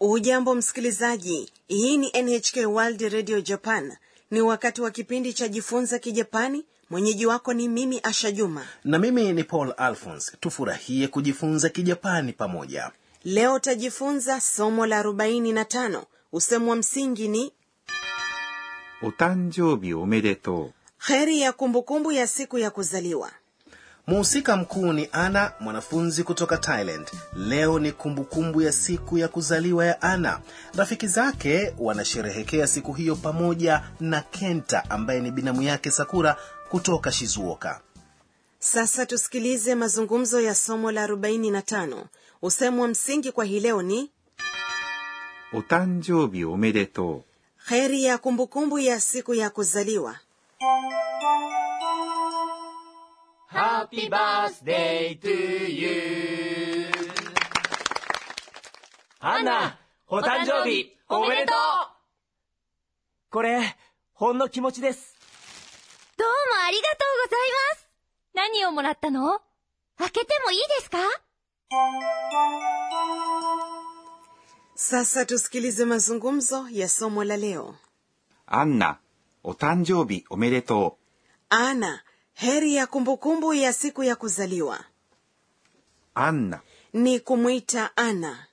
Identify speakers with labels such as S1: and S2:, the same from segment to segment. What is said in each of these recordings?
S1: ujambo msikilizaji hii ni nhk world radio japan ni wakati wa kipindi cha jifunza kijapani mwenyeji wako ni mimi asha juma
S2: na mimi ni paul alphons tufurahie kujifunza kijapani pamoja
S1: leo utajifunza somo la 45 usemu wa msingi ni
S3: お誕生日おめでと
S1: heri ya kumbukumbu ya siku ya kuzaliwa
S2: muhusika mkuu ni ana mwanafunzi kutoka thailand leo ni kumbukumbu ya siku ya kuzaliwa ya ana rafiki zake wanasherehekea siku hiyo pamoja na kenta ambaye ni binamu yake sakura kutoka shizuoka
S1: sasa tusikilize mazungumzo ya somo la 45 usemu wa msingi kwa hii leo ni
S3: う。お誕生日おめでと
S1: heri ya kumbukumbu ya siku ya kuzaliwa
S4: ハッピーバースデートゥーユーアンナ、お誕生日おめでとうこれ、ほんの気持ちです。
S5: どうもありがとうございます。何をもらったの開けてもいいですか
S1: sasa tusikilize mazungumzo ya somo la leo
S3: う。アンナ、お誕生日おめでと
S1: ana heri ya kumbukumbu ya siku ya kuzaliwa
S3: う。アンナ、
S1: ni kumwita ana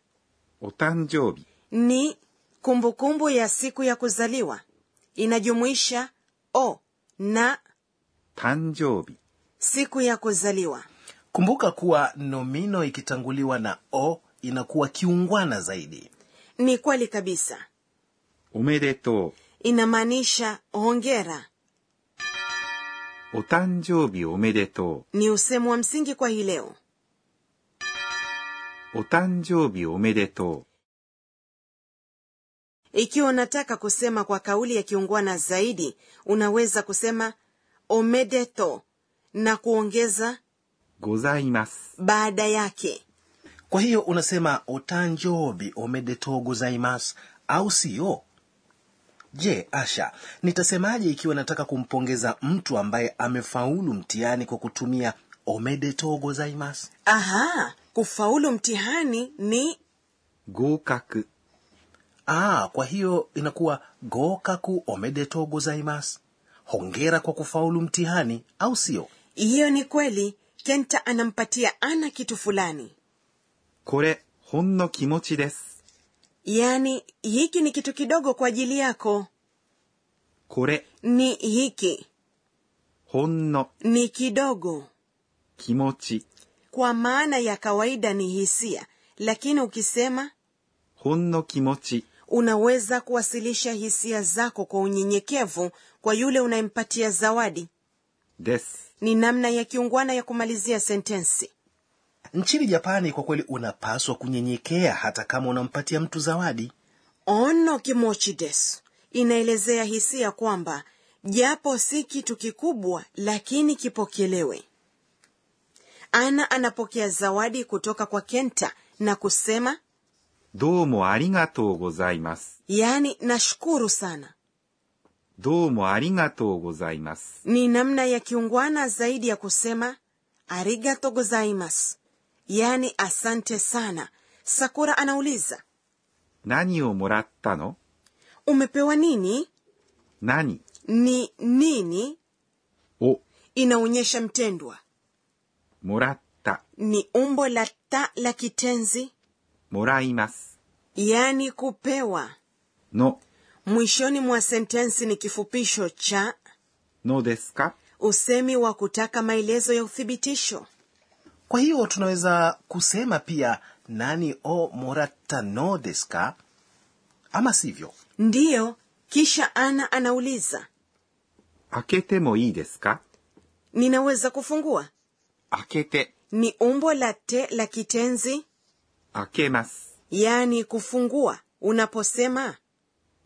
S3: お誕生日
S1: ni kumbukumbu ya siku ya kuzaliwa inajumuisha o na
S3: 誕生日
S1: siku ya kuzaliwa
S2: kumbuka kuwa nomino ikitanguliwa na o inakuwa kiungwana zaidi
S1: ni kweli kabisa
S3: おめでと
S1: inamaanisha hongera
S3: う。お誕生日おめでと
S1: ni usemo wa msingi kwa hii leo
S3: う。お誕生日おめでと
S1: ikiwa unataka kusema kwa kauli ya kiungwana zaidi unaweza kusema omedeto na kuongeza
S3: う。ございます。
S1: baada yake
S2: kwa hiyo unasema otanjobi omedeto gozaimas au sio je asha nitasemaje ikiwa nataka kumpongeza mtu ambaye amefaulu mtihani kwa kutumia omedeto gozaimas
S1: aha kufaulu mtihani ni
S3: 合格。
S2: ah, kwa hiyo inakuwa gokaku omedeto gozaimas hongera kwa kufaulu mtihani au sio
S1: hiyo ni kweli kenta anampatia ana kitu fulani
S3: これ、ほんの気持ちです。
S1: yaani hiki ni kitu kidogo kwa ajili yako
S3: これ、
S1: ni hiki
S3: ほんの
S1: ni kidogo
S3: 気持ち。
S1: kwa maana ya kawaida ni hisia lakini ukisema
S3: ほんの気持ち。
S1: unaweza kuwasilisha hisia zako kwa unyenyekevu kwa yule unayempatia zawadi
S3: です。
S1: ni namna ya kiungwana ya kumalizia sentensi
S2: nchini japani kwa kweli unapaswa kunyenyekea hata kama unampatia mtu zawadi
S1: ono kimochi desu inaelezea hisia kwamba japo si kitu kikubwa lakini kipokelewe ana anapokea zawadi kutoka kwa kenta na kusema
S3: どうもありがとうございます。
S1: yaani nashukuru sana
S3: どうもありがとうございます。
S1: ni namna ya kiungwana zaidi ya kusema arigato gozaimas yaani asante sana sakura anauliza
S3: 何をもらったの
S1: umepewa nini
S3: 何
S1: ni nini
S3: を
S1: inaonyesha mtendwa
S3: もらった、
S1: ni umbo la ta la kitenzi
S3: もらいます、
S1: yaani kupewa
S3: の、
S1: mwishoni mwa sentensi ni kifupisho cha
S3: のですか
S1: usemi wa kutaka maelezo ya uthibitisho
S2: kwa hiyo tunaweza kusema pia nani o morata no desu ka ama sivyo
S1: ndiyo kisha ana anauliza
S3: 開けてもいいですか
S1: ninaweza kufungua
S3: 開けて、
S1: ni umbo la te la kitenzi
S3: 開けます。
S1: yaani kufungua unaposema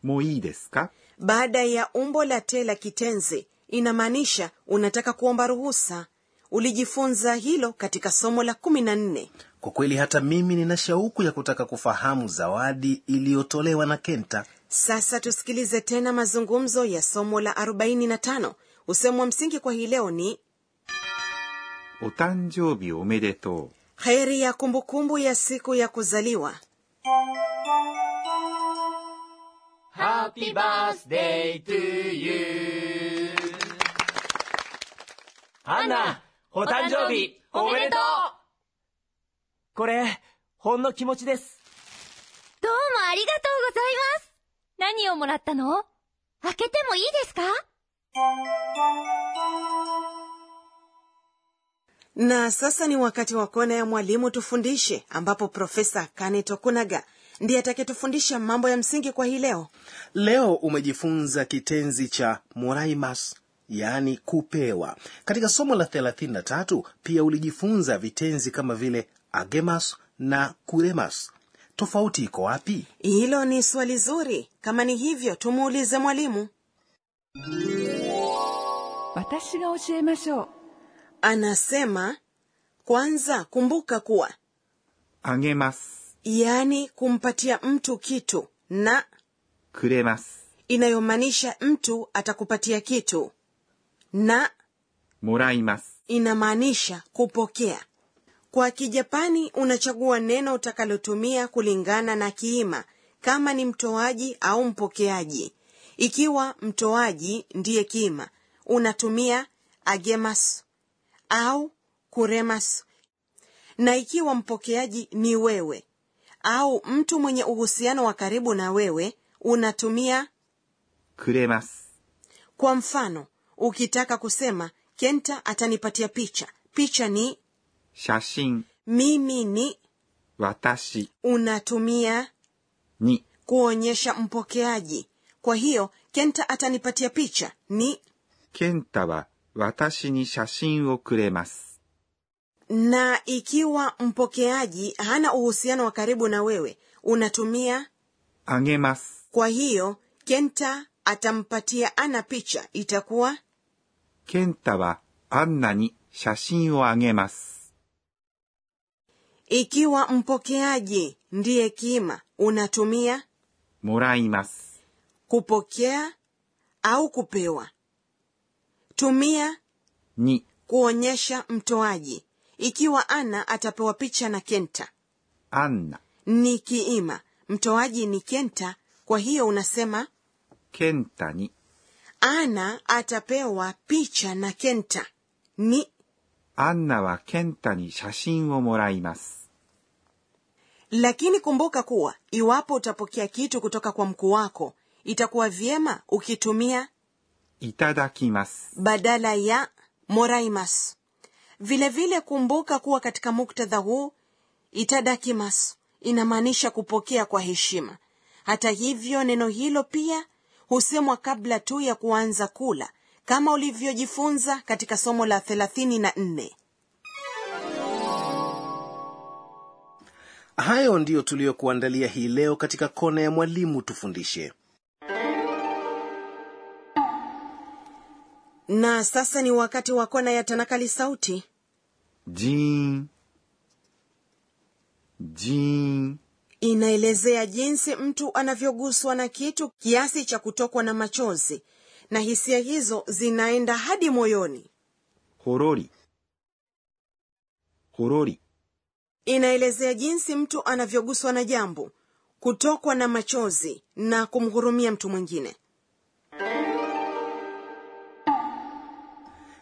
S3: もういいですか
S1: baada ya umbo la te la kitenzi inamaanisha unataka kuomba ruhusa ulijifunza hilo katika somo la kumi na nne
S2: kwa kweli hata mimi nina shauku ya kutaka kufahamu zawadi iliyotolewa na kenta
S1: sasa tusikilize tena mazungumzo ya somo la arobaini na tano usemo wa msingi kwa hii leo ni
S3: お誕生日おめでとう。
S1: heri ya kumbukumbu ya siku ya kuzaliwa
S4: Happy birthday to you アンナ、お誕生日おめでとうこれ、ほんの気持ちです。
S5: どうもありがとうございます何をもらったの開けてもいいですか
S1: na sasa ni wakati wa kona ya mwalimu tufundishe ambapo profesa kane tokunaga ndiye ataketufundisha mambo ya msingi kwa hii leo
S2: leo umejifunza kitenzi cha moraimas yaani kupewa katika somo la 33 pia ulijifunza vitenzi kama vile agemas na kuremas tofauti iko wapi
S1: hilo ni swali zuri kama ni hivyo tumuulize mwalimu
S6: 私が教えましょう
S1: anasema kwanza kumbuka kuwa
S3: あげます。
S1: yaani kumpatia mtu kitu na
S3: くれます。
S1: inayomaanisha mtu atakupatia kitu na
S3: もらいます。
S1: inamaanisha kupokea kwa kijapani unachagua neno utakalotumia kulingana na kiima kama ni mtoaji au mpokeaji ikiwa mtoaji ndiye kiima unatumia agemas au kuremas na ikiwa mpokeaji ni wewe au mtu mwenye uhusiano wa karibu na wewe unatumia
S3: くれます。
S1: kwa mfano ukitaka kusema kenta atanipatia picha picha ni
S3: 写真、
S1: mimi ni
S3: 私
S1: unatumia
S3: に
S1: kuonyesha mpokeaji kwa hiyo kenta atanipatia picha ni
S3: 健太は私に写真をくれます。
S1: na ikiwa mpokeaji hana uhusiano wa karibu na wewe unatumia
S3: あげます。
S1: kwa hiyo kenta atampatia ana picha itakuwa
S3: 健太はアンナに写真をあげます。
S1: ikiwa mpokeaji ndiye kiima unatumia
S3: もらいます。
S1: kupokea au kupewa tumia
S3: に
S1: kuonyesha mtoaji ikiwa ana atapewa picha na kenta
S3: アンナ、
S1: ni kiima mtoaji ni kenta kwa hiyo unasema
S3: 健太に
S1: ana atapewa picha na kenta ni
S3: アンナは健太に写真をもらいます。
S1: lakini kumbuka kuwa iwapo utapokea kitu kutoka kwa mkuu wako itakuwa vyema ukitumia
S3: いただきます。
S1: badala ya moraimas vilevile vile kumbuka kuwa katika muktadha huu itadakimas inamaanisha kupokea kwa heshima hata hivyo neno hilo pia husemwa kabla tu ya kuanza kula kama ulivyojifunza katika somo la 34
S2: hayo ndiyo tuliyokuandalia hii leo katika kona ya mwalimu tufundishe
S1: na sasa ni wakati wa kona ya tanakali sauti
S3: ジーン、ジーン、
S1: inaelezea jinsi mtu anavyoguswa na kitu kiasi cha kutokwa na machozi na hisia hizo zinaenda hadi moyoni
S3: ほろり、ほろり、
S1: inaelezea jinsi mtu anavyoguswa na jambo kutokwa na machozi na kumhurumia mtu mwingine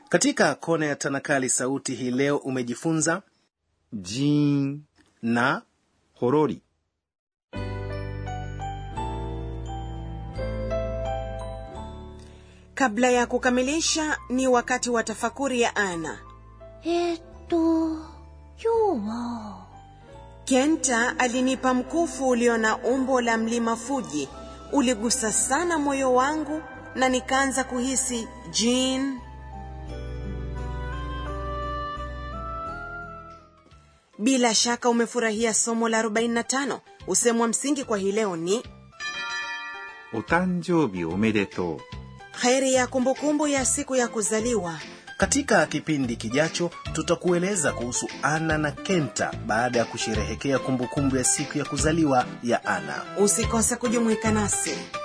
S2: katika kona ya tanakali sauti hii leo umejifunza
S3: ジーン、
S2: na
S3: ほろり、
S1: kabla ya kukamilisha ni wakati wa tafakuri ya ana
S5: えーっと、今日は、
S1: kenta alinipa mkufu ulio na umbo la mlima fuji uligusa sana moyo wangu na nikaanza kuhisi jin bila shaka umefurahia somo la 45 usemu wa msingi kwa hii leo ni
S3: お誕生日おめでとう。
S1: heri ya kumbukumbu ya siku ya kuzaliwa
S2: katika kipindi kijacho tutakueleza kuhusu ana na kenta baada ya kusherehekea kumbukumbu ya siku ya kuzaliwa ya ana
S1: usikose kujumuika nasi